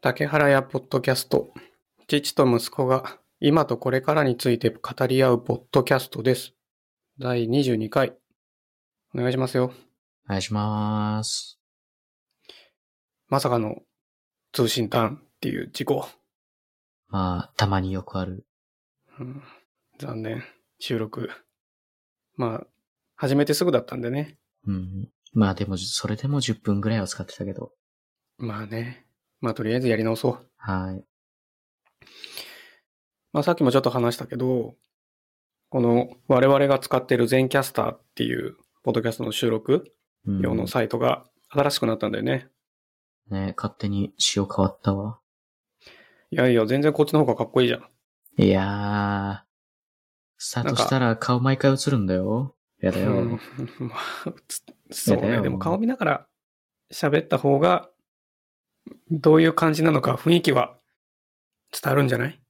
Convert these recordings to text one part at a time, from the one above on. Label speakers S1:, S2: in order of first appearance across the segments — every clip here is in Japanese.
S1: 竹原屋ポッドキャスト。父と息子が今とこれからについて語り合うポッドキャストです。第22回。お願いしますよ。
S2: お願いします。
S1: まさかの通信ターンっていう事故。
S2: まあ、たまによくある。
S1: うん、残念。収録。まあ、始めてすぐだったんでね。
S2: うん。まあでも、それでも10分ぐらいは使ってたけど。
S1: まあね。まあとりあえずやり直そう。
S2: はい。
S1: まあさっきもちょっと話したけど、この我々が使ってる全キャスターっていうポッドキャストの収録
S2: うん、
S1: 用のサイトが新しくなったんだよね。
S2: ね、勝手に仕様変わったわ。
S1: いやいや、全然こっちの方がかっこいいじゃん。
S2: いやー。スタートしたら顔毎回映るんだよ。やだよ。
S1: うん まあ、つそう
S2: いやだ
S1: ね。
S2: よ
S1: でも顔見ながら喋った方が、どういう感じなのか雰囲気は伝わるんじゃない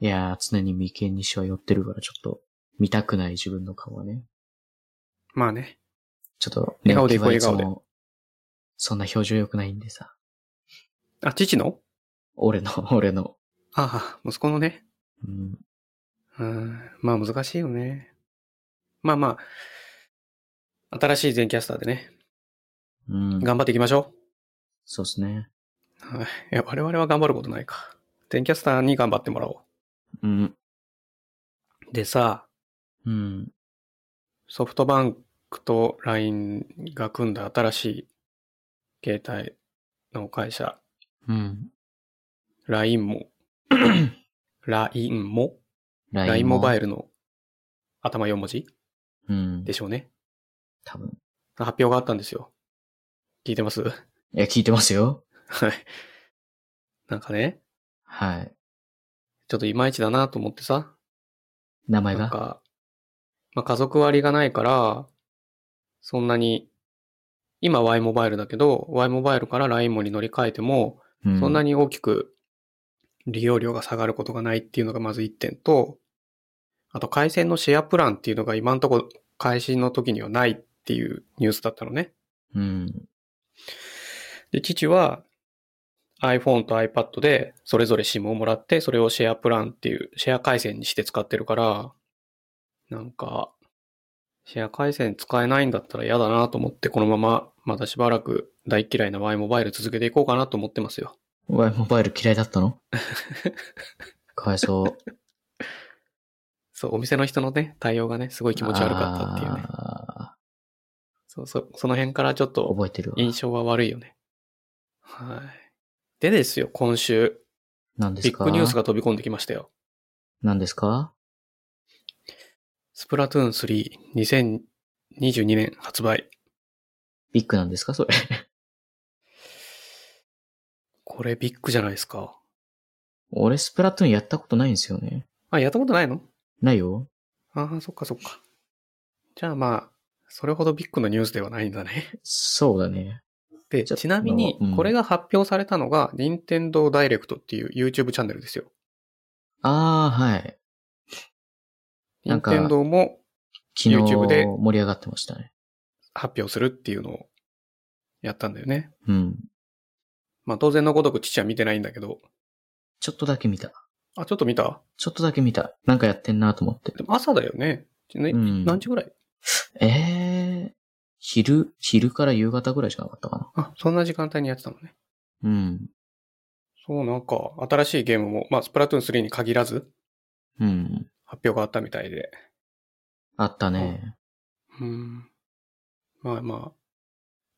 S2: いやー、常に眉間にしわ寄ってるから、ちょっと、見たくない自分の顔はね。
S1: まあね。
S2: ちょっと、
S1: 笑顔でいこう
S2: 寝起きはいつも
S1: 笑
S2: そんな表情良くないんでさ。
S1: あ、父の
S2: 俺の、 俺の。
S1: ああ、息子のね。
S2: うん。
S1: うん、まあ難しいよね。まあまあ、新しい全キャスターでね、
S2: うん。
S1: 頑張っていきましょ
S2: そうっすね。
S1: う。はい。いや、我々は頑張ることないか。全キャスターに頑張ってもらお
S2: うん。
S1: う。でさ、
S2: うん。
S1: ソフトバンクと LINE が組んだ新しい携帯の会社、
S2: うん。
S1: LINE も、LINE も、
S2: LINE
S1: LINE モバ
S2: イ
S1: イルの頭4文字
S2: ル。うん
S1: で。しょうね。
S2: 多分。
S1: 発表があったんですよ。聞いてます
S2: いや、聞いてますよ。
S1: はい。なんかね、
S2: はい。
S1: ちょっといまいちだなと思ってさ。
S2: 名前
S1: なん
S2: が
S1: か、まあ、家族割がないから、そんなに、今 Y モバイルだけど、Y モバイルから LINE モに乗り換えても、そんな
S2: に。
S1: に大きく利用料が下がることがないっていうのがまず1点と、あと回線のシェアプランっていうのが今んとこ開始の時にはないっていうニュースだったのね。
S2: うん。
S1: で、父は iPhone と iPad でそれぞれ SIM をもらって、それをシェアプランっていう、シェア回線にして使ってるから、なんか、シェア回線使えないんだったら嫌だなと思って、このまままたしばらく大嫌いな Y モバイル続けていこうかなと思ってますよ。
S2: Y モバイル嫌いだっ たのかわいそう。
S1: そう、お店の人のね、対応がね、すごい気持ち悪かったっていうね。
S2: あ
S1: そうそう、その辺からちょっ
S2: ー
S1: と
S2: 覚えてるわ。
S1: 印象は悪いよね。はい。でですよ、今週、
S2: 何で
S1: ビ
S2: す
S1: ッ
S2: か
S1: グニュースが飛び込んできましたよ。
S2: 何ですか
S1: スプラトゥーン3、2022年発売。
S2: ビッグなんですかそれ。
S1: これビッグじゃないですか。
S2: 俺、スプラトゥーンやったことないんですよね。
S1: あ、やったことないの
S2: ないよ。
S1: ああ、そっかそっか。じゃあまあ、それほどビッグなニュースではないんだ ね。
S2: そうだね。
S1: で、
S2: ちょっと
S1: ちなみに
S2: う、ん
S1: これが発表されたのが、任天堂ダイレクトっていう YouTube チャンネルですよ。
S2: あー、はい。
S1: 任
S2: なんか
S1: 天堂も
S2: 昨日
S1: YouTube で
S2: 盛り上がってましたね。
S1: 発表するっていうのをやったんだよね。
S2: うん。
S1: まあ当然のごとく父は見てないんだけど。
S2: ちょっとだけ見た。
S1: あ、ちょっと見た
S2: ちょっとだけ見た。なんかやってんなと思って。
S1: でも朝だよね。ね
S2: うん
S1: 何時ぐらい
S2: ええ昼、昼から夕方ぐらいじゃなかったか
S1: あ、そんな時間帯にやってたのね。
S2: な。うん。
S1: そう、なんか、新しいゲームも、まあ、スプラトゥーン3に限らず、
S2: うん。
S1: 発表があったみたいで。
S2: あったね。
S1: うん。まあまあ、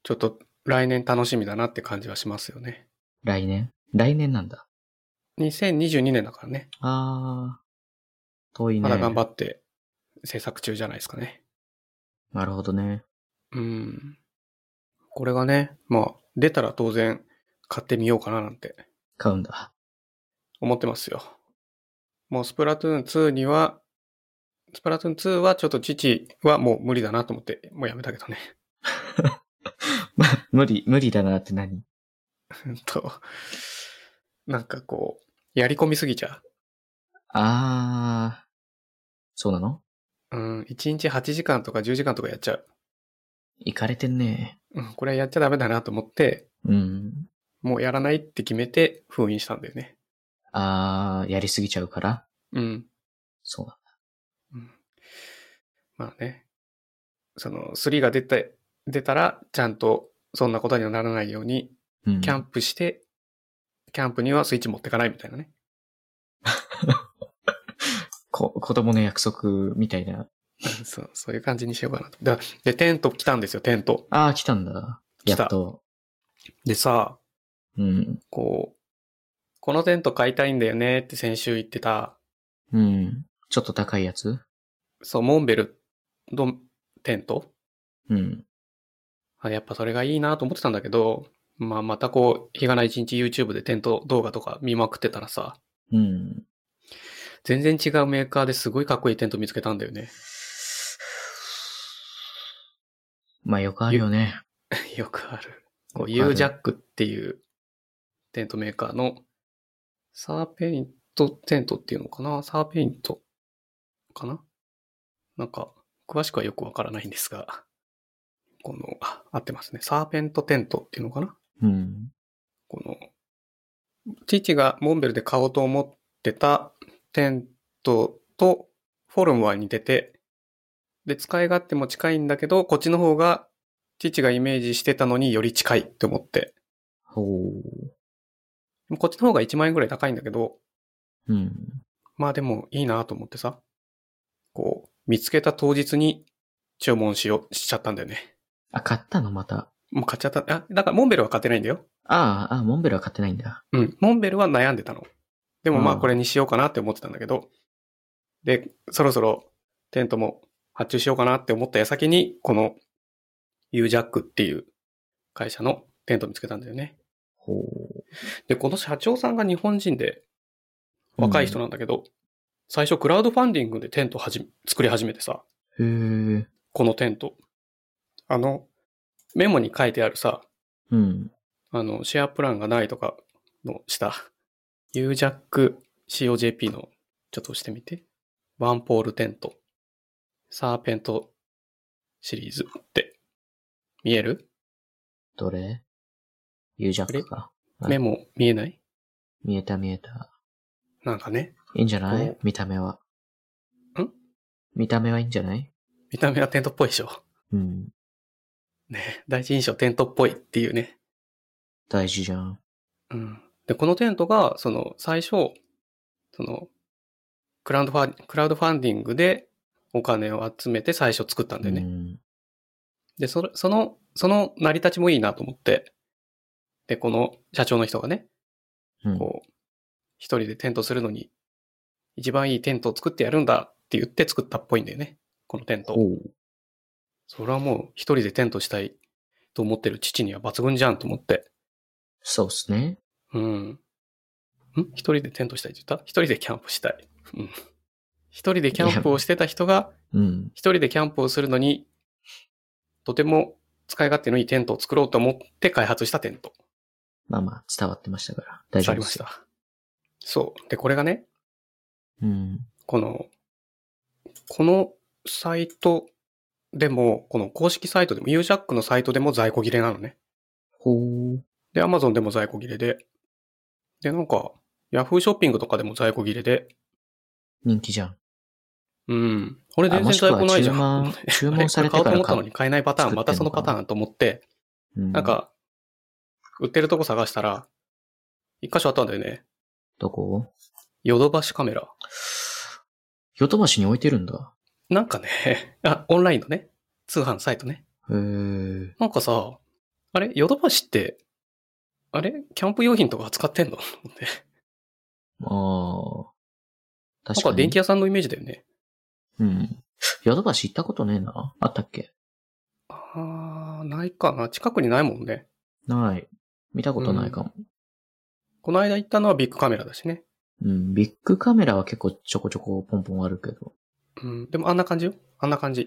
S1: ちょっと、来年楽しみだなって感じはしますよね。
S2: 来年来年なんだ。
S1: 2022年だからね。
S2: あー。遠いね。
S1: まだ頑張って、制作中じゃないですかね。
S2: なるほどね。
S1: うん。これがね、まあ、出たら当然、買ってみようかななんて、
S2: 買うんだ。
S1: 思ってますよ。もう、スプラトゥーン2には、スプラトゥーン2はちょっと父はもう無理だなと思って、もうやめたけどね。
S2: ま、無理、無理だなって何
S1: うんと、なんかこう、やり込みすぎちゃ
S2: あー。そうなの
S1: う。うん、1日8時間とか10時間とかやっちゃう。
S2: 行かれてんね。
S1: うん、これはやっちゃダメだなと思って、
S2: うん。
S1: もうやらないって決めて封印したんだよね。
S2: あー、やりすぎちゃうから。
S1: うん。
S2: そうだ。
S1: うんまあね。その、3が出て、出たら、ちゃんと、そんなことにはならないように、
S2: うん。
S1: キャンプして、キャンプにはスイッチ持ってかないみたいな ね。
S2: こ子供の約束みたいな。
S1: そう、そういう感じにしようかなと。だで、テント来たんですよ、テント。
S2: あー、来たんだ。
S1: 来
S2: や
S1: た
S2: っと。
S1: でさ、
S2: うん。
S1: こう、このテント買いたいんだよねって先週言ってた、
S2: うん。ちょっと高いやつ
S1: そう、モンベルのテント
S2: うん。
S1: あやっぱそれがいいなと思ってたんだけど、まあまたこう、日がない一日 YouTube でテント動画とか見まくってたらさ、
S2: うん。
S1: 全然違うメーカーですごいかっこいいテント見つけたんだよね。
S2: まあよくあるよね。
S1: よくある。こう、
S2: よくあ
S1: U
S2: る
S1: ジャックっていうテントメーカーのサーペイントテントっていうのかなサーペイントかななんか、詳しくはよくわからないんですが、この、あ、合ってますね。サーペントテントっていうのかな
S2: うん。
S1: この、父がモンベルで買おうと思ってたテントとフォルムは似てて、で、使い勝手も近いんだけど、こっちの方が父がイメージしてたのにより近いって思って。
S2: ほ
S1: こっちの方が1万円ぐらい高いんだけど、
S2: う。うん。
S1: まあでもいいなと思ってさ、こう、見つけた当日に注文しよう、しちゃったんだよね。
S2: あ、買ったのまた。
S1: もう買っちゃった。あ、だからモンベルは買ってないんだよ。
S2: ああ、ああ、モンベルは買ってないんだ。
S1: うん。モンベルは悩んでたの。でもまあ
S2: うん
S1: これにしようかなって思ってたんだけど、で、そろそろテントも発注しようかなって思った矢先に、この u ジャックっていう会社のテント見つけたんだよね。
S2: ほ
S1: で、この社長さんが日本人で
S2: う。
S1: 若い人なんだけど、最初クラウドファンディングでテントはじめ作り始めてさ、
S2: うん。へえ。
S1: このテント。あの、メモに書いてあるさ、
S2: うん。
S1: あの、シェアプランがないとかの下、UJACCOJP の、ちょっと押してみて。ワンポールテント、サーペントシリーズって、見える
S2: どれ ?U ジャックか。はい
S1: メモ見えない
S2: 見えた見えた。
S1: なんかね、
S2: いいんじゃな
S1: こ
S2: いう見た目は。
S1: ん
S2: 見た目はいいんじゃない
S1: 見た目はテントっぽいでしょ。
S2: うん。
S1: ね、第一印象テントっぽいっていうね。
S2: 大事じゃん。
S1: うん。で、このテントが、その、最初、その、クラウドファン、クラウドファンディングでお金を集めて最初作ったんだよね。
S2: うん。
S1: で、それその、その成り立ちもいいなと思って、で、この社長の人がね、
S2: うん
S1: こう、一人でテントするのに、一番いいテントを作ってやるんだって言って作ったっぽいんだよね。このテント。
S2: ほう。
S1: それはもう一人でテントしたいと思ってる父には抜群じゃんと思って。
S2: そうっすね。
S1: うん。ん一人でテントしたいって言った一人でキャンプしたい。うん。一人でキャンプをしてた人が、
S2: うん。
S1: 一人でキャンプをするのに、とても使い勝手のいいテントを作ろうと思って開発したテント。
S2: まあまあ、伝わってましたから。大丈
S1: あ
S2: 夫
S1: り
S2: で
S1: まし
S2: す。
S1: た。そう。で、これがね、
S2: うん。
S1: この、このサイトでも、この公式サイトでも、u ジャックのサイトでも在庫切れなのね。
S2: ほう。
S1: で、Amazon でも在庫切れで、で、なんか、Yahoo ショッピングとかでも在庫切れで、
S2: 人気じゃん。
S1: うん。これ全
S2: あも
S1: 然
S2: しくは
S1: 在庫ないじゃん。
S2: 注文注文されて
S1: あれ
S2: か
S1: 買おうと思
S2: ら
S1: ったの
S2: 買
S1: に買えないパターン、またそのパターンと思って、
S2: う。な
S1: なん、か、売ってるとこ探したら、一箇所あったんだよね。
S2: どこ
S1: ヨドバシカメラ。
S2: ヨトバシに置いてるんだ。
S1: なんかね、 あ、オンラインのね、通販サイトね。
S2: へえ。
S1: なんかさ、あれヨドバシって、あれキャンプ用品とか扱ってんのなん
S2: ああ。確か
S1: か
S2: に。
S1: 電気屋さんのイメージだよね。
S2: うん。ヨドバシ行ったことねえな。あったっけ
S1: あー、ないかな。近くにないもんね。
S2: ない。見たことないかも。
S1: この間行ったのはビッグカメラだしね。
S2: うん、ビッグカメラは結構ちょこちょこポンポンあるけど。
S1: うん。でもあんな感じよ。あんな感じ。
S2: へ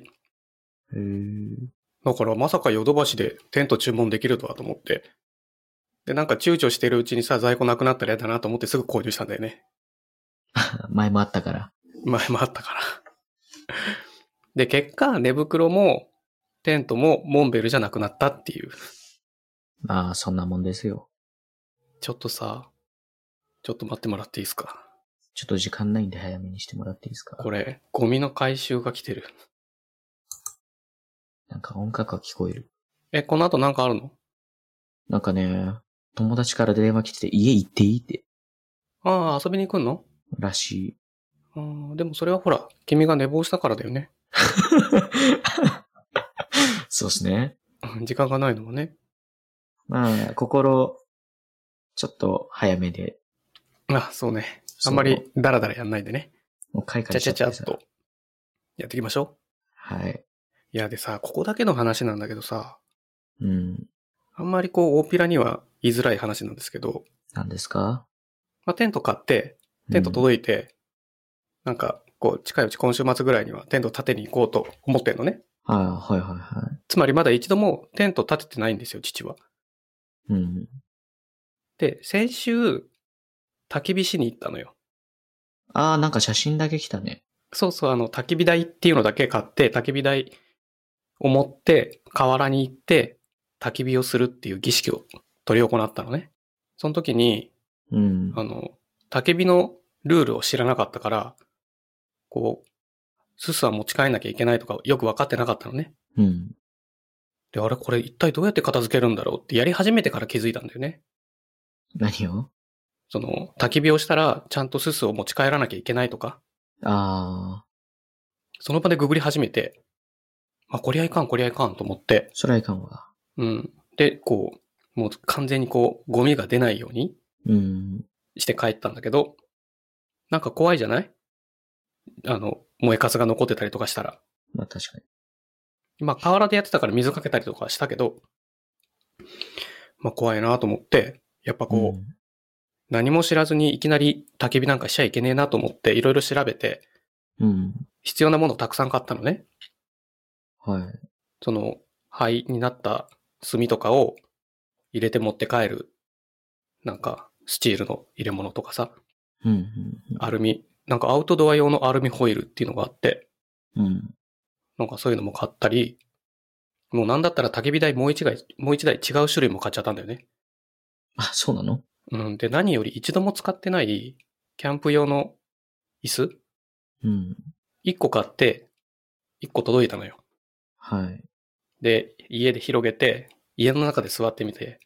S2: え。
S1: だからまさかヨドバシでテント注文できるとはと思って。で、なんか躊躇してるうちにさ、在庫なくなったら嫌だなと思ってすぐ購入したんだよね。
S2: 前もあったから。
S1: 前もあったから。で、結果、寝袋も、テントもモンベルじゃなくなったっていう。
S2: まあ、そんなもんですよ。
S1: ちょっとさ、ちょっと待ってもらっていいですか。
S2: ちょっと時間ないんで早めにしてもらっていいですか
S1: これ、ゴミの回収が来てる。
S2: なんか音楽が聞こえる。
S1: え、この後なんかあるの
S2: なんかね、友達から電話来てて家行っていいって、
S1: ああ、遊びに行くんの
S2: らしい。
S1: あーでもそれはほら、君が寝坊したからだよね。
S2: そうですね。
S1: うん時間がないのもね。
S2: まあ、心、ちょっと早めで、
S1: あ、そうね。あんまりダラダラやんないでね。
S2: もう開
S1: ち
S2: 花
S1: ゃ
S2: し
S1: ち
S2: ちゃ
S1: ゃ
S2: っ
S1: ちゃ
S2: て
S1: っ
S2: さ。
S1: と。やっていきましょ
S2: はい。
S1: う。いや、でさ、ここだけの話なんだけどさ、
S2: うん。
S1: あんまりこう、大っぴらには言いづらい話なんですけど、
S2: 何ですか
S1: まあ、テント買って、テント
S2: い
S1: 届いて、なんか、こう、近いうち今週末ぐらいにはテント建てに行こうと思ってんのね。
S2: うん、ああはいはいは
S1: つまりまだ一度もテント建ててないんですよ、父は。
S2: い。うん。
S1: で、先週、焚き火しに行ったのよ。
S2: ああ、なんか写真だけ来たね。
S1: そうそう、あの、焚き火台っていうのだけ買って、焚き火台を持って、河原に行って、焚き火をするっていう儀式を取り行ったのね。その時に、
S2: うん。
S1: あの、焚き火のルールを知らなかったから、こう、すすは持ち帰んなきゃいけないとかよく分かってなかったのね。
S2: うん。
S1: で、あれこれ一体どうやって片付けるんだろうってやり始めてから気づいたんだよね。
S2: 何を
S1: その、焚き火をしたらちゃんとすすを持ち帰らなきゃいけないとか、
S2: ああ、
S1: その場でググり始めて、あ、こりゃいかん、こりゃいかんと思って、
S2: それはいかんわ。
S1: うん。で、こう、もう完全にこう、ゴミが出ないように
S2: うん。
S1: して帰ったんだけど、なんか怖いじゃないあの、燃えかすが残ってたりとかしたら。
S2: まあ確かに。
S1: まあ、河原でやってたから水かけたりとかはしたけど、まあ、怖いなと思って、やっぱこう、
S2: うん
S1: 何も知らずにいきなり焚き火なんかしちゃいけねえなと思って、いろいろ調べて、
S2: うん。
S1: 必要なものをたくさん買ったのね。
S2: はい。
S1: その、灰になった炭とかを入れて持って帰る、なんか、スチールの入れ物とかさ、
S2: うん
S1: アルミ、なんかアウトドア用のアルミホイルっていうのがあって、
S2: うん。うん。
S1: なんかそういうのも買ったり、もうなんだったら焚き火台もう一台、もう一台違う種類も買っちゃったんだよね。
S2: あ、そうなの
S1: うん。で、何より一度も使ってない、キャンプ用の椅子
S2: うん。
S1: 一個買って、一個届いたのよ。
S2: はい。
S1: で、家で広げて、家の中で座ってみて、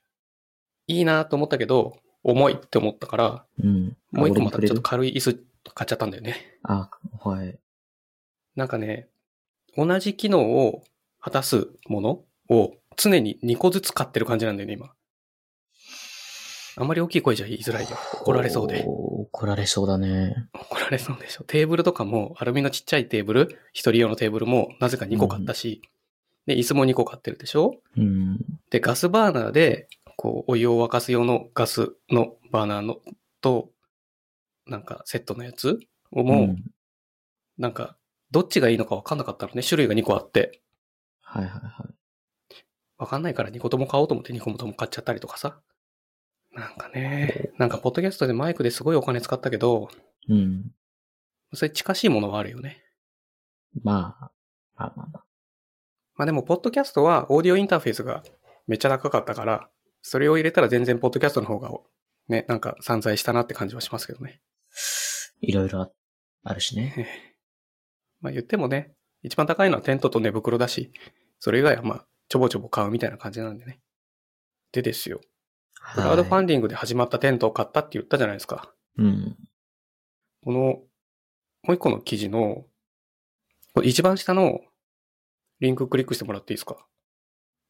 S1: いいなと思ったけど、重いって思ったから、
S2: うん。あ
S1: もう一個ま
S2: 俺に
S1: たち
S2: く
S1: ょ
S2: れ
S1: っ
S2: る
S1: と軽い椅子買っちゃったんだよね。
S2: あ、はい。
S1: なんかね、同じ機能を果たすものを常に2個ずつ買ってる感じなんだよね、今。あんまり大きい声じゃ言いづらいよ。怒られそうで。
S2: おー怒られそうだね。
S1: 怒られそうでしょ。テーブルとかも、アルミのちっちゃいテーブル、一人用のテーブルもなぜか2個買ったし、で、椅子も2個買ってるでしょ
S2: うん。
S1: で、ガスバーナーで、こう、お湯を沸かす用のガスのバーナーの、と、なんか、セットのやつをもう、
S2: ん
S1: なんか、どっちがいいのか分かんなかったのね。種類が2個あって。
S2: はいはいは
S1: 分かんないから2個とも買おうと思って2個とも買っちゃったりとかさ。なんかね、なんか、ポッドキャストでマイクですごいお金使ったけど、
S2: い。うん。
S1: それ近しいものはあるよね。
S2: まあ、まあまあまあ。
S1: まあでも、ポッドキャストはオーディオインターフェースがめっちゃ高かったから、それを入れたら全然ポッドキャストの方が、ね、なんか散財したなって感じはしますけどね。
S2: いろいろああるしね。
S1: まあ言ってもね、一番高いのはテントと寝袋だし、それ以外はまあちょぼちょぼ買うみたいな感じなんでね。でですよ。クラウドファ
S2: ン。
S1: ンディングで始まったテントを買ったって言ったじゃないですか。
S2: うん。
S1: この、もう一個の記事の、これ一番下のリンククリックしてもらっていいですか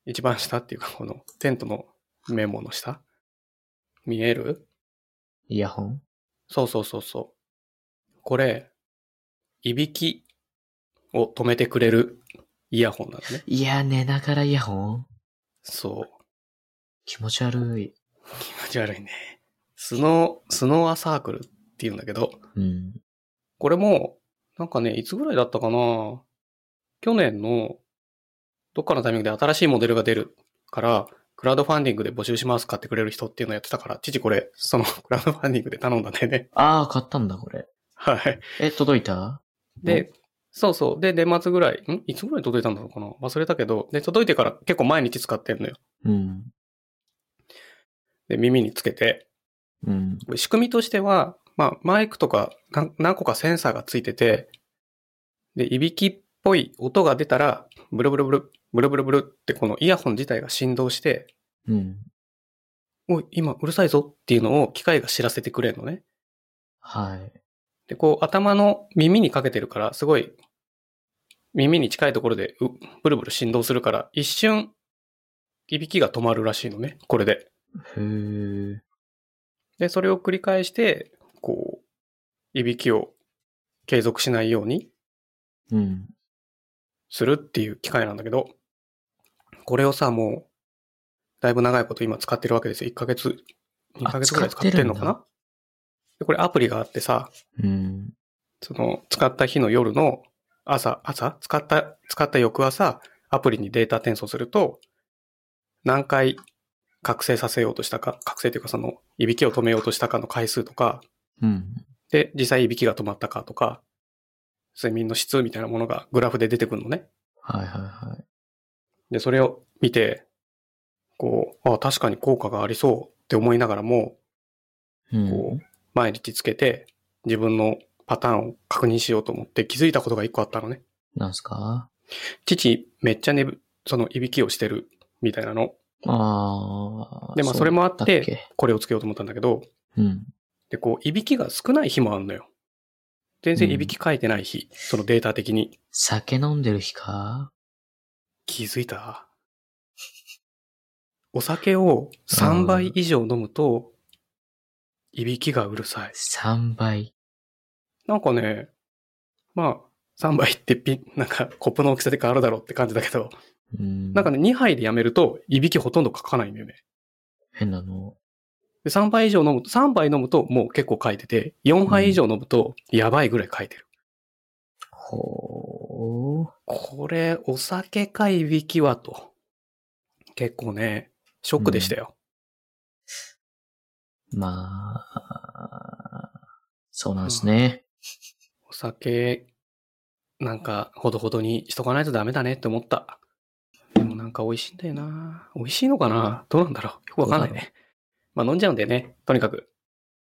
S1: 一番下っていうか、このテントのメモの下見える
S2: イヤホン
S1: そうそうそうそう。これ、いびきを止めてくれるイヤホンなのね。
S2: いや、寝ながらイヤホン
S1: そう。
S2: 気持ち悪い。
S1: 気持ち悪いね。スノー、スノーアサークルって言うんだけど、
S2: うん。
S1: これも、なんかね、いつぐらいだったかな去年の、どっかのタイミングで新しいモデルが出るから、クラウドファンディングで募集します買ってくれる人っていうのをやってたから、父これ、その クラウドファンディングで頼んだんだよね。
S2: ああ、買ったんだ、これ。
S1: はい。
S2: え、届いた
S1: で、そうそう。で、年末ぐらい、んいつぐらい届いたんだろうかな忘れたけど、で、届いてから結構毎日使ってんのよ。
S2: うん。
S1: で、耳につけて、
S2: うん。
S1: 仕組みとしては、まあ、マイクとか何何個かセンサーがついてて、で、いびきっぽい音が出たら、ブルブルブル、ブルブルブルってこのイヤホン自体が振動して、
S2: うん。
S1: おい、今うるさいぞっていうのを機械が知らせてくれるのね。
S2: はい。
S1: で、こう頭の耳にかけてるから、すごい耳に近いところでうブルブル振動するから、一瞬、いびきが止まるらしいのね、これで。
S2: へー。
S1: で、それを繰り返して、こう、いびきを継続しないように
S2: うん。
S1: するっていう機械なんだけど、これをさ、もう、だいぶ長いこと今使ってるわけですよ。1ヶ月、2ヶ月ぐらい使ってるのか
S2: あ使
S1: なでこれアプリがあってさ、
S2: うん。
S1: その、使った日の夜の朝、朝使った、使った翌朝、アプリにデータ転送すると、何回覚醒させようとしたか、覚醒というかその、いびきを止めようとしたかの回数とか、
S2: うん。
S1: で、実際いびきが止まったかとか、睡眠の質みたいなものがグラフで出てくるのね。
S2: はいはいはい。
S1: で、それを見て、こう、あ確かに効果がありそうって思いながらも、
S2: うん
S1: こう、毎日つけて、自分のパターンを確認しようと思って気づいたことが一個あったのね。
S2: なんすか
S1: 父、めっちゃ寝ぶ、その、いびきをしてる、みたいなの。
S2: あー。
S1: で、まあ、それもあっ
S2: そうだ
S1: て、これをつけようと思ったんだけど、
S2: うん。
S1: で、こう、いびきが少ない日もあるのよ。全然いびき書いてない日、そのデータ的に。
S2: 酒飲んでる日か
S1: 気づいたお酒を3倍以上飲むと、いびきがうるさい。
S2: ?3 倍。
S1: なんかね、まあ、3杯ってピン、 なんかコップの大きさで変わるだろうって感じだけど、
S2: うん。
S1: なんかね、2杯でやめると、いびきほとんどかかないんだよね。
S2: 変なの。
S1: で、3杯以上飲むと、3杯飲むともう結構書いてて、4杯以上飲むと、やばいぐらい書いてる。
S2: ほー。
S1: これ、お酒かいびきはと。結構ね、ショックでしたよ。
S2: まあ、そうなんですね。
S1: お酒、なんか、ほどほどにしとかないとダメだねって思った。でもなんか美味しいんだよな。美味しいのかなどうなんだろうよくわかんないね。まあ飲んじゃうんだよね。とにかく。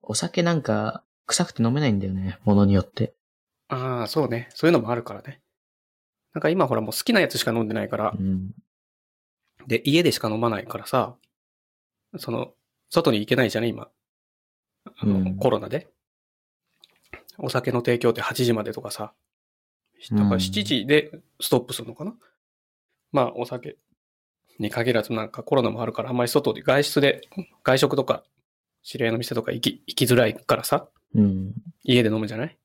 S2: お酒なんか、臭くて飲めないんだよね。ものによって。
S1: ああ、そうね。そういうのもあるからね。なんか今ほらもう好きなやつしか飲んでないから
S2: う、ん。
S1: で、家でしか飲まないからさ、その、外に行けないじゃね、今。あの、
S2: うん
S1: コロナで。お酒の提供って8時までとかさ。だから
S2: うん
S1: 7時でストップするのかな、まあ、お酒に限らずなんかコロナもあるから、あんまり外で、外出で、外食とか、知り合いの店とか行き、行きづらいからさ、
S2: うん。
S1: 家で飲むじゃない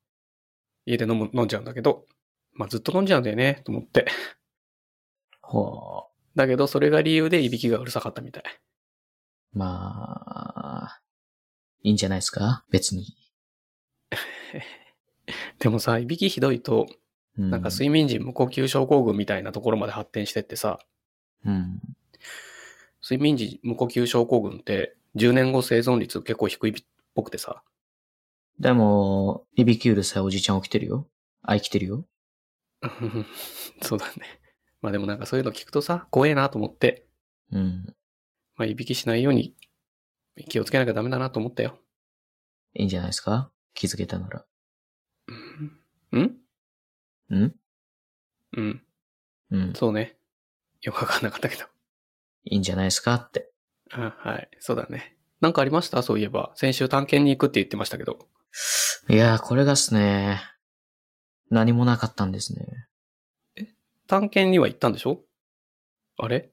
S1: 家で飲む、飲んじゃうんだけど、まあずっと飲んじゃうんだよね、と思って。
S2: ほ
S1: だけど、それが理由でいびきがうるさかったみたい。
S2: う。まあ、いいんじゃないですか別に。
S1: でもさ、いびきひどいと、
S2: うん。
S1: なんか睡眠時無呼吸症候群みたいなところまで発展してってさ、
S2: うん。
S1: 睡眠時無呼吸症候群って10年後生存率結構低いっぽくてさ、
S2: でも、いびきうるさいおじいちゃん起きてるよ。あ、生きてるよ。
S1: うんそうだね。まあでもなんかそういうの聞くとさ、怖えなと思って、
S2: うん。
S1: まあいびきしないように気をつけなきゃダメだなと思ったよ。
S2: いいんじゃないですか気づけたなら。
S1: うんうん
S2: ん
S1: うん、
S2: うん。
S1: そうね。よくわかんなかったけど。
S2: いいんじゃないですかって。
S1: あはい、そうだね。なんかありましたそういえば。先週探検に行くって言ってましたけど。
S2: いやー、これがっすね。何もなかったんですね。
S1: 探検には行ったんでしょあ れ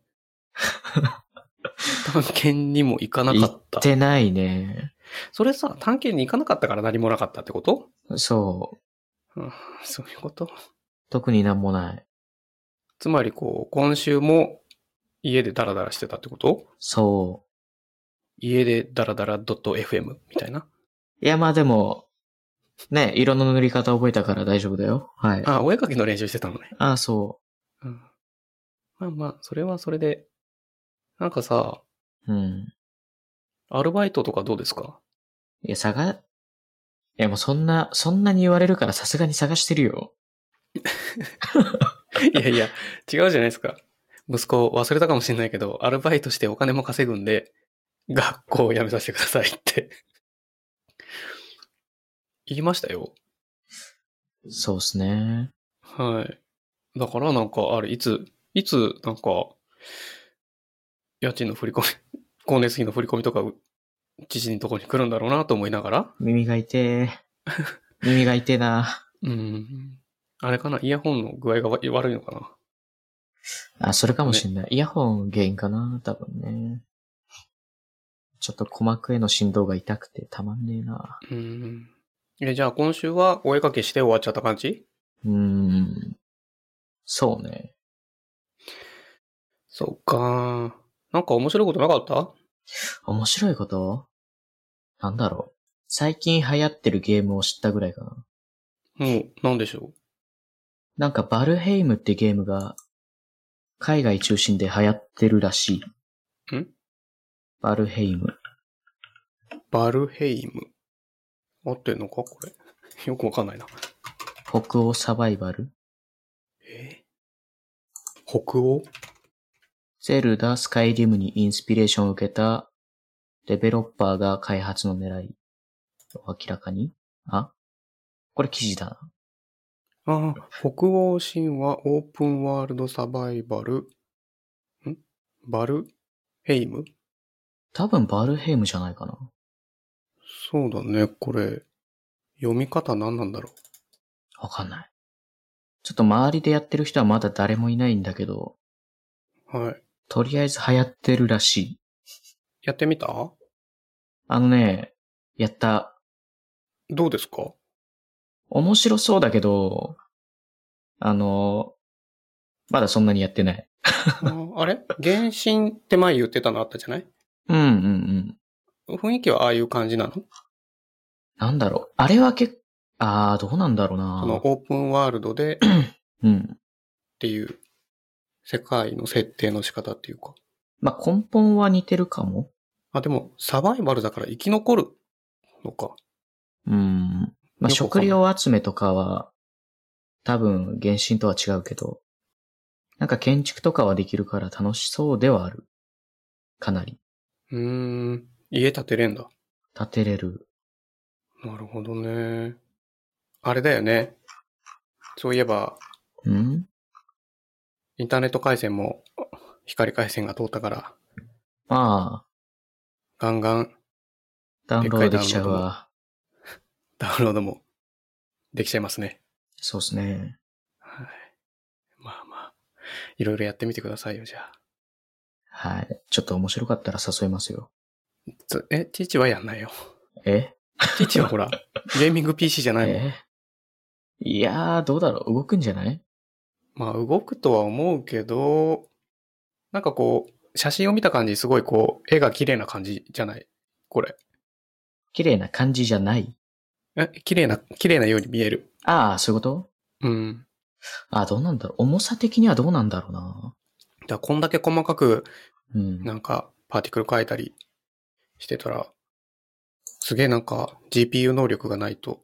S1: 探検にも行かなか
S2: 行
S1: っ。
S2: ったてないね。
S1: それさ、探検に行かなかったから何もなかったってこと、
S2: そう。
S1: うん、そういうこと
S2: 特になんもない。
S1: つまりこう、今週も家でダラダラしてたってこと
S2: そ
S1: 家でダラダラ .fm みたいな。
S2: う。いや、まあでも、ね、色の塗り方覚えたから大丈夫だよ。はい。あ
S1: あ、お絵描きの練習してたのね。
S2: あ、そ
S1: うん、まあまあ、それはそれで。なんかさ、
S2: う。うん。
S1: アルバイトとかどうですか
S2: いや、探、いや、もうそんな、そんなに言われるからさすがに探してるよ。
S1: いやいや、違うじゃないですか。息子忘れたかもしれないけど、アルバイトしてお金も稼ぐんで、学校を辞めさせてくださいって。言いましたよ。
S2: そうっすね。
S1: はい。だからなんか、あれ、いつ、いつ、なんか、家賃の振り込み、 光熱費の振り込みとか、知事のところに来るんだろうなと思いながら。
S2: 耳が 痛え。耳が痛えな。
S1: うん。あれかなイヤホンの具合がわ悪いのかな
S2: あ、それかもしんない。イヤホン原因かな多分ね。ちょっと鼓膜への振動が痛くてたまんねえな。
S1: うん。え、じゃあ今週はお絵かきして終わっちゃった感じ
S2: うーん。そうね。
S1: そうか。なんか面白いことなかった
S2: 面白いことなんだろう。最近流行ってるゲームを知ったぐらいかな。
S1: もう、なんでしょ
S2: なんかバルヘイムってゲームが海外中心で流行ってるらしい。
S1: ん
S2: バルヘイム。
S1: う。バルヘイム。合ってんのかこれ。 よくわかんないな。
S2: 北欧サバイバル。
S1: え北欧
S2: ゼルダ、スカイリムにインスピレーションを受けたデベロッパーが開発の狙いを明らかにあこれ記事だな。
S1: ああ、北欧神話オープンワールドサバイバル。んバルヘイム
S2: 多分バルヘイムじゃないかな。
S1: そうだね、これ。読み方何なんだろ
S2: わかんない。ちょっと周りでやってる人はまだ誰もいないんだけど、
S1: う。はい。
S2: とりあえず流行ってるらしい。
S1: やってみた
S2: あのね、やった。
S1: どうですか
S2: 面白そうだけど、あの、まだそんなにやってない。
S1: ああれ原神って前言ってたのあったじゃない
S2: うんうんうん。
S1: 雰囲気はああいう感じなの
S2: なんだろう。あれは結構、あー、どうなんだろう
S1: その
S2: な。
S1: オープンワールドでっ
S2: うん。
S1: ていう世界の設定の仕方っていうか。
S2: まあ、根本は似てるかも。
S1: あ、でもサバイバルだから生き残るのか。
S2: うん。まあ、
S1: よくわか
S2: 食
S1: んない
S2: 料集めとかは、多分、原神とは違うけど、なんか建築とかはできるから楽しそうではある。かなり。
S1: うーん。家建てれんだ。
S2: 建てれる。
S1: なるほどね。あれだよね。そういえば、
S2: うん
S1: インターネット回線も光回線が通ったから、
S2: まあ、
S1: ガンガン
S2: ダウンロードできちゃうわ。
S1: ダウンロードもできちゃいますね。
S2: そうですね。
S1: はい。まあまあ、いろいろやってみてくださいよ、じゃあ。
S2: はい。ちょっと面白かったら誘いますよ。
S1: つえ、父はやんないよ。
S2: え
S1: 父はほら、ゲーミング PC じゃないもん。
S2: えいやー、どうだろう動くんじゃない
S1: まあ動くとは思うけど、なんかこう、写真を見た感じ、すごいこう、絵が綺麗な感じじゃないこれ。
S2: 綺麗な感じじゃない
S1: え、綺麗な、綺麗なように見える。
S2: ああ、そういうこと
S1: うん。
S2: ああ、どうなんだろう重さ的にはどうなんだろうな。
S1: だからこんだけ細かく、
S2: うん。
S1: なんか、パーティクル描いたりしてたら、すげえなんか、GPU 能力がないと、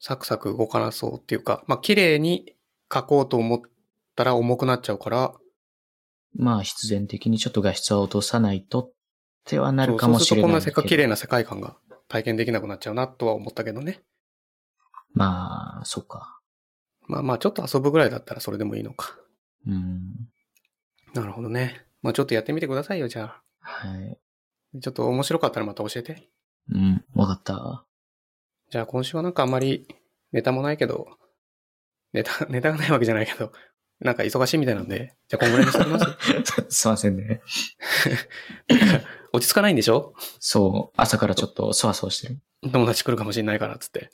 S1: サクサク動かなそうっていうか、まあ綺麗に描こうと思ったら重くなっちゃうから、
S2: まあ、必然的にちょっと画質は落とさないとってはなるかもしれ
S1: そう
S2: ない
S1: そうす
S2: け
S1: るとこんなせっか
S2: ど。
S1: く綺麗な世界観が体験できなくなっちゃうなとは思ったけどね。
S2: まあ、そっか。
S1: まあまあ、ちょっと遊ぶぐらいだったらそれでもいいのか。
S2: うん。
S1: なるほどね。まあちょっとやってみてくださいよ、じゃあ。
S2: はい。
S1: ちょっと面白かったらまた教えて。
S2: うん。わかった。
S1: じゃあ今週はなんかあんまりネタもないけど、ネタ、 ネタがないわけじゃないけど、なんか忙しいみたいなんで、じゃあこんぐらいにしておき ます。
S2: すいませんね。
S1: 落ち着かないんでしょ
S2: そう。朝からちょっとそわそわしてる。
S1: 友達来るかもしれないから、つって。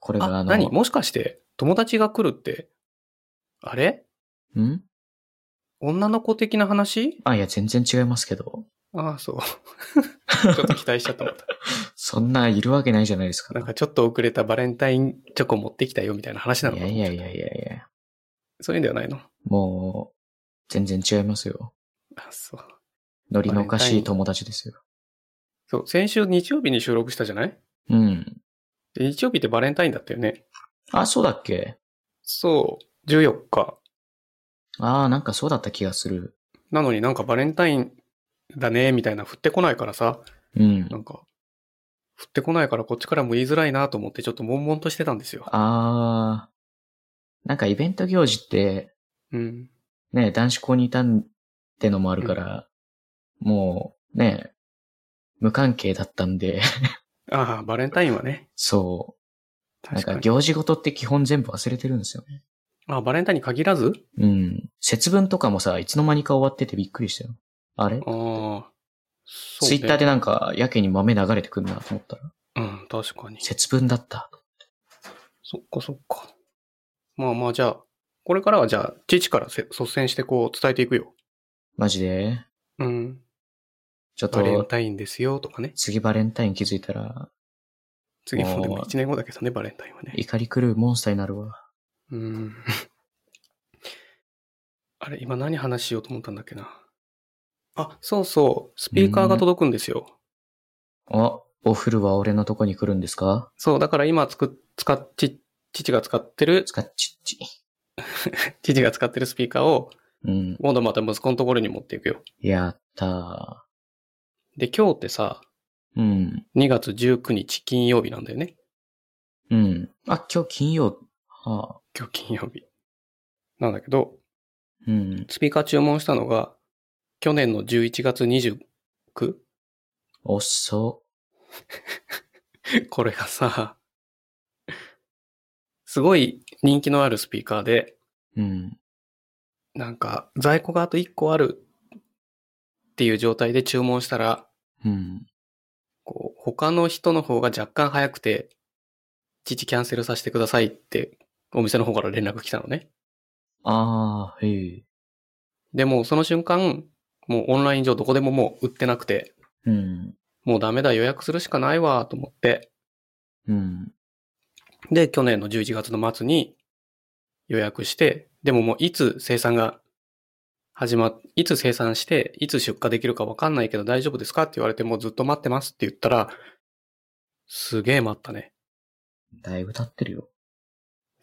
S2: これが
S1: あ、
S2: あの、
S1: 何もしかして、友達が来るって、あれ
S2: ん
S1: 女の子的な話
S2: あ、いや、全然違いますけど。
S1: ああ、 そう。ちょっと期待しちゃったもん。
S2: そんないるわけないじゃないですか。
S1: なんかちょっと遅れたバレンタインチョコ持ってきたよみたいな話なの
S2: い
S1: か
S2: や
S1: ない
S2: やいやいやいや。
S1: そういうんではないの
S2: もう、全然違いますよ。
S1: あそう。
S2: ノリのおかしい友達ですよ。
S1: そう、先週日曜日に収録したじゃない
S2: うん。
S1: で日曜日ってバレンタインだったよね。
S2: あ、そうだっけ
S1: そう、14日。
S2: ああ、なんかそうだった気がする。
S1: なのになんかバレンタインだねみたいな振ってこないからさ、
S2: うん
S1: な。んか、降ってこないからこっちからも言いづらいなと思ってちょっと悶々としてたんですよ。
S2: あー、なんかイベント行事って、
S1: うん。
S2: ね、男子校にいたんってのもあるから、もう、ね、無関係だったんで、
S1: ああ、バレンタインはね。
S2: そ
S1: 確
S2: う。なん
S1: か
S2: か
S1: に。
S2: 行事ごとって基本全部忘れてるんですよね。
S1: あバレンタインに限らず
S2: うん。節分とかもさ、いつの間にか終わっててびっくりしたよ。あれ、
S1: ああ。そう
S2: ツイ
S1: ね
S2: ッターでなんか、やけに豆流れてくんなと思ったら、
S1: うん、確かに。
S2: 節分だった。
S1: そっかそっか。まあまあじゃあ、これからはじゃあ、父からせ率先してこう伝えていくよ。
S2: マジで
S1: うん。
S2: ちょっ
S1: バレン
S2: と、
S1: タインですよとかね。
S2: 次バレンタイン気づいたら、
S1: 次もでも
S2: もう
S1: 1年後だけどね、バレンタインはね。
S2: 怒り狂うモンスターになるわ。
S1: うん。 あれ、今何話しようと思ったんだっけな。あ、そうそう。スピーカーが届くんですよ。
S2: あ、お風呂は俺のとこに来るんですか
S1: そう、だから今つく、使っ、ち、父が使ってる、
S2: スカッチッチ。
S1: 父が使ってるスピーカーを、
S2: うん。
S1: 今度また息子のところに持っていくよ。
S2: やったー。
S1: で、今日ってさ、
S2: うん。
S1: 2月19日金曜日なんだよね。
S2: うん。あ、今日金曜。はあ。
S1: 今日金曜日。なんだけど、
S2: うん。
S1: スピーカー注文したのが、去年の11月 29?
S2: 遅
S1: これがさ、すごい人気のあるスピーカーで、
S2: っ。うん。
S1: なんか在庫があと1個あるっていう状態で注文したら、
S2: うん。
S1: こう、他の人の方が若干早くて、父キャンセルさせてくださいって、お店の方から連絡来たのね。
S2: あー、へえ。
S1: でも、その瞬間、もうオンライン上どこでももう売ってなくて、
S2: うん。
S1: もうダメだ予約するしかないわと思って、
S2: うん。
S1: で、去年の11月の末に予約して、でももういつ生産が始まっ、いつ生産して、いつ出荷できるかわかんないけど大丈夫ですかって言われてもうずっと待ってますって言ったら、すげえ待ったね。
S2: だいぶ経ってるよ。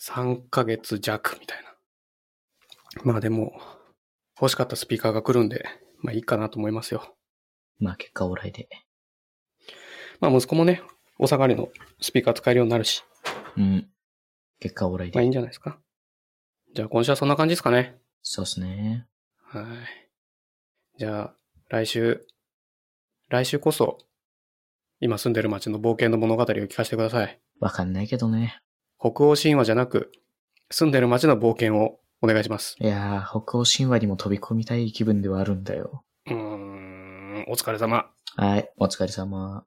S1: 3ヶ月弱みたいな。まあでも、欲しかったスピーカーが来るんで、まあいいかなと思いますよ。
S2: まあ結果オーライで。
S1: まあ息子もね、お下がりのスピーカー使えるようになるし、
S2: うん。結果オーライ
S1: まあいい
S2: で。
S1: んじゃないですか。じゃあ今週はそんな感じですかね。
S2: そうっすね。
S1: はい。じゃあ、来週、来週こそ、今住んでる町の冒険の物語を聞かせてください。
S2: わかんないけどね。
S1: 北欧神話じゃなく、住んでる町の冒険をお願いします。
S2: いやー、北欧神話にも飛び込みたい気分ではあるんだよ。
S1: うーん、お疲れ様。
S2: はい、お疲れ様。